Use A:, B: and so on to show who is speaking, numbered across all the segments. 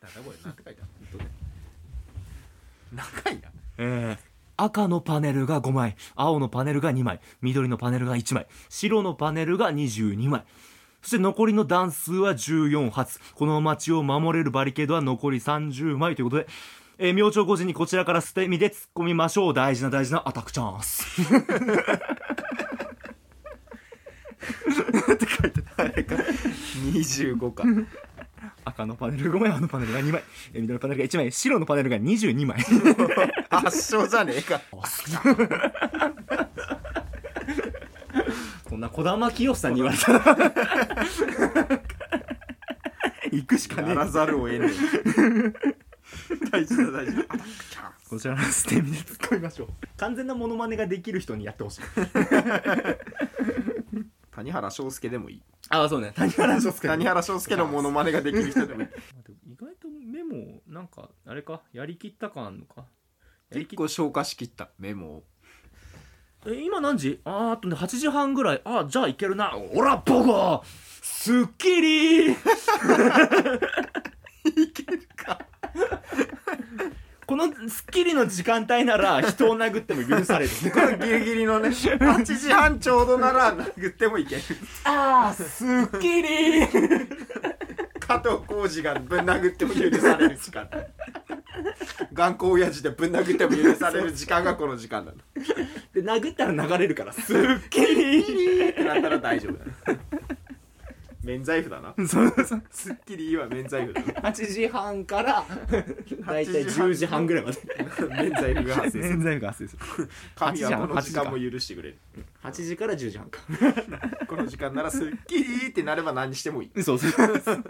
A: なんだこれなんて書いてあるほんとね長いな
B: えー赤のパネルが5枚青のパネルが2枚緑のパネルが1枚白のパネルが22枚そして残りの段数は14発この街を守れるバリケードは残り30枚ということで、えー明朝5時にこちらから捨て身で突っ込みましょう大事な大事なアタックチャンスって書いてある
A: 25か
B: 赤のパネル5枚青のパネルが2枚えー緑のパネルが1枚白のパネルが22枚
A: 圧勝じゃねえか
B: こんな児玉清さんに言われたら 行くしかね
A: や
B: え
A: らざるを得ねえ大事な大事なアタックチャンス
B: こちらのステミで突っ込みましょう完全なモノマネができる人にやってほしい
A: 谷原章介でもいい
B: ああそうね谷原章介
A: 谷原章介のモノマネができる人で もいい
B: 意外とメモなんかあれかやりきった感あんのかやり
A: 結
B: きっ
A: 構消化しきったメモを
B: え今何時あーあとね8時半ぐらいあーじゃあいけるなおらボコすっき り
A: いけるか
B: このスッキリの時間帯なら人を殴っても許される
A: このギリギリのね8時半ちょうどなら殴ってもいける
B: ああすっきり
A: 加藤浩次がぶん殴っても許される時間 頑固親父でぶん殴っても許される時間がこの時間なの
B: で殴ったら流れるからすっきり
A: ってなったら大丈夫だな免罪符だな
B: そうそう
A: すっきりいいわ免罪符だな
B: 8時半からだいたい
A: 8時半
B: 10時半ぐらいまで
A: 免罪符が発 生する
B: 罪が発生する
A: 神はこの
B: 8
A: 時
B: 時半
A: 間も許してくれる
B: 8時から10時半か
A: この時間ならすっきりってなれば何してもいい
B: そうそうそう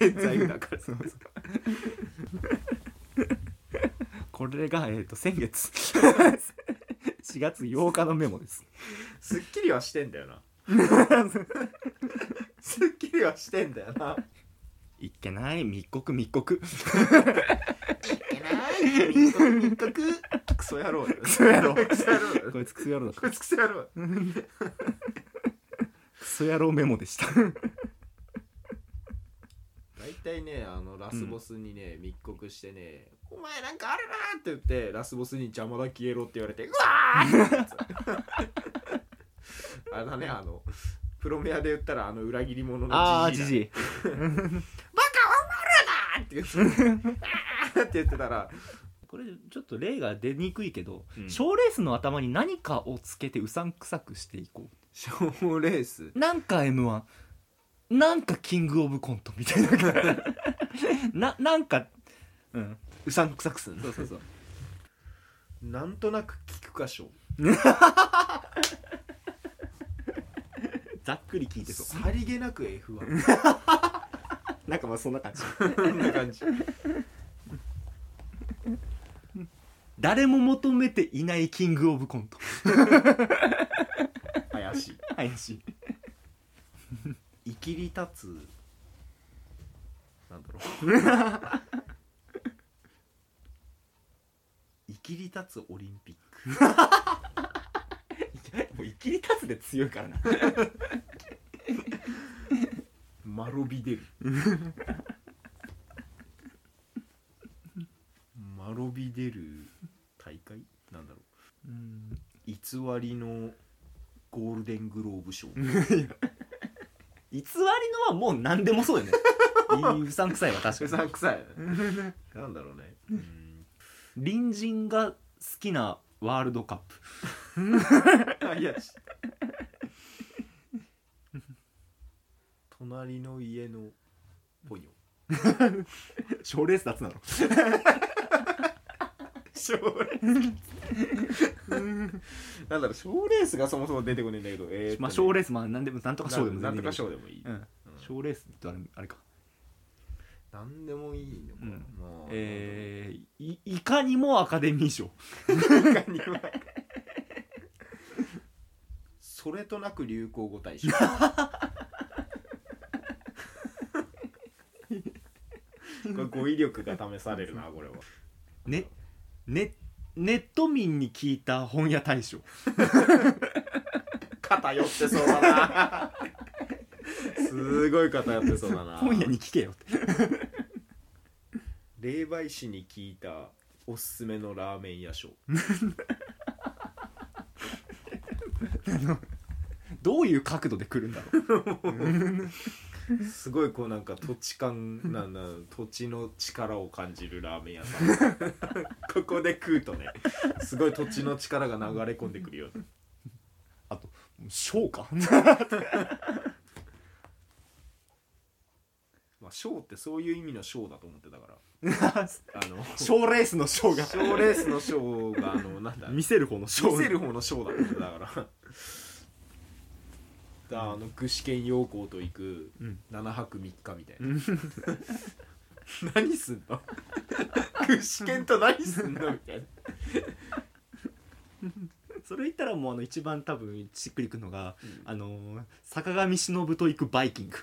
A: 免罪符だから
B: これが、えー、と先月4月8日のメモです
A: すっきりはしてんだ よなすっきりはしてんだよない
B: っけない密告密告
A: いけない密告密告クソ野 郎クソ
B: 野郎
A: クソ野郎
B: こいつクソ野郎だ
A: こいつクソ野郎
B: クソ野郎メモでした
A: 大体ねあのラスボスにね、密告してね「お前なんかあるな!」って言ってラスボスに「邪魔だ消えろ」って言われて「うわー!」ってや つあれだねあのプロメアで言ったらあの裏切り者の
B: ああ
A: ジ
B: じ
A: ジイ
B: じい
A: だバカお前らだ!」って言って「あーって言ってたら
B: これちょっと例が出にくいけど
A: うん
B: 賞、レースの頭に何かをつけてうさんくさくしていこう
A: 賞レース
B: なんか M1 なんかキングオブコントみたいな ななんかうん
A: うさんくさくすん
B: そうそうそう
A: なんとなく聞くか賞
B: ざっくり聞いてそう
A: さりげなく F1
B: なんかまあそんな感じ
A: こんな感じ
B: 誰も求めていないキングオブコン ト
A: 怪しい
B: 怪しい
A: 生きり立つなんだろう生きり立つオリンピック
B: もう生きり立つで強いからな
A: マロビデルマロビデル大会なんだろ
B: うん
A: う偽りのゴールデングローブ 賞
B: 偽りのはもう何でも そうよねいいうさんくさいわ確かに
A: んくさいなんだろうねうん
B: 隣人が好きなワールドカップ
A: あいやし隣の家のポニョ
B: 賞レース立つなの
A: 賞レースなんだろう賞レースがそもそも出てこねえんだけど、えーっとね
B: まあ賞レースまあ何でも何とか賞でも
A: なんなんと
B: 全然
A: か
B: いい
A: 賞でもいい、
B: うん賞レースってあれあれか
A: なんでもいいのかな、
B: うん
A: まあ
B: えー、いいかにもアカデミー賞
A: いかにもそれとなく流行語 大賞これ語彙力が試されるなこれは
B: ねねネット民に聞いた本屋大賞
A: 偏ってそうだなすごい方やってそうだな
B: 本屋に聞けよって
A: 霊媒師に聞いたおすすめのラーメン屋ショー
B: どういう角度で来るんだろう
A: すごいこうなんか土地感なんだ土地の力を感じるラーメン屋さんここで食うとねすごい土地の力が流れ込んでくるよ
B: あと「ショー か」
A: まあショーってそういう意味のショーだと思ってたからあの
B: ショーレースのショーが
A: ショーレースのショーがあのなんだ見
B: 見せる方のショー
A: せる方のショーだと思ってたからだあの具志堅用高と行く
B: うん
A: 7泊3日みたいな、
B: うん
A: 何すんの具志堅と何すんのみたいな
B: それ言ったらもうあの一番多分しっくりくるのが、あのー坂上忍と行くバイキング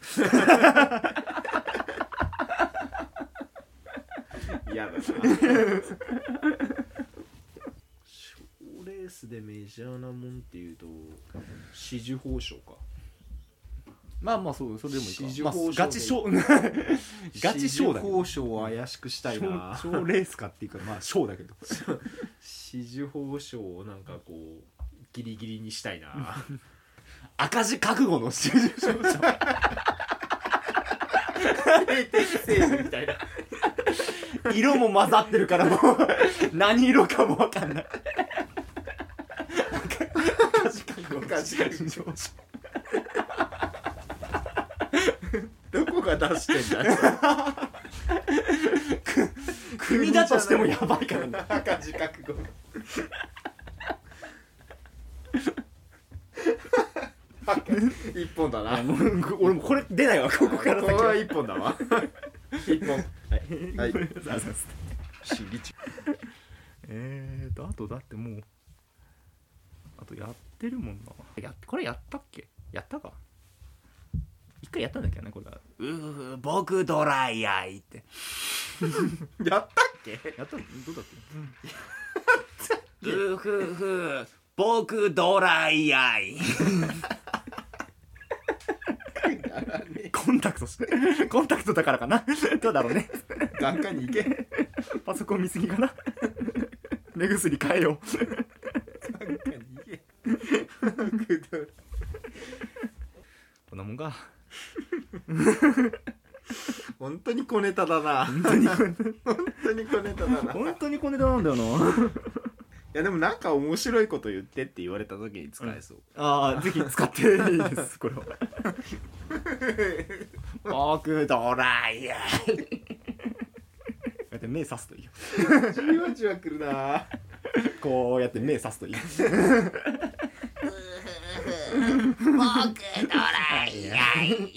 A: 嫌だな賞レースでメジャーなもんっていうと紫綬褒章か
B: まあまあそうそれでもいい
A: 四十
B: か、まあ
A: 報奨、で
B: ガチショーガチショーだ
A: 紫綬
B: けど
A: 褒章を怪しくしたい な
B: ショーショーレースかっていうかまあショーだけど
A: 紫綬褒章をなんかこうギリギリにしたいな
B: 赤字覚悟のショー
A: みたいな
B: 色も混ざって るからもう何色かもわかんない赤字覚悟の
A: 赤字覚
B: ショー
A: どこが出してんだ
B: 国だとしてもやばいからね
A: 赤字覚悟一本だな
B: もう俺もこれ出ないわここから
A: こ
B: 先
A: れ
B: は
A: は一本だわ一本はい、はい、審理中
C: えーとあとだってもうあとやってるもんなやこれやったっけやったか一回やったんだけどねこれはうー僕ドライアイって
A: やったっけ
C: やったどうだっ けうーふーふー僕ドライアイ
B: コンタクトしてコンタクトだからかなどうだろうね
A: 眼科に行け
B: パソコン見すぎかな目薬変えよ
A: 眼科に行けくだら
C: こんなもんか
A: 本当に小ネタだな本
B: う本
A: 当に小ネタだない
B: 当に小ネタなんだよな
A: やでもなんか面白いこと言ってって言われた時に使えそう、
B: ああぜひ使っていいですこれは僕ドライ ヤーだって目刺すといいよ
A: じわじわくるな
B: こうやって目刺すといい
D: 僕ドライアイ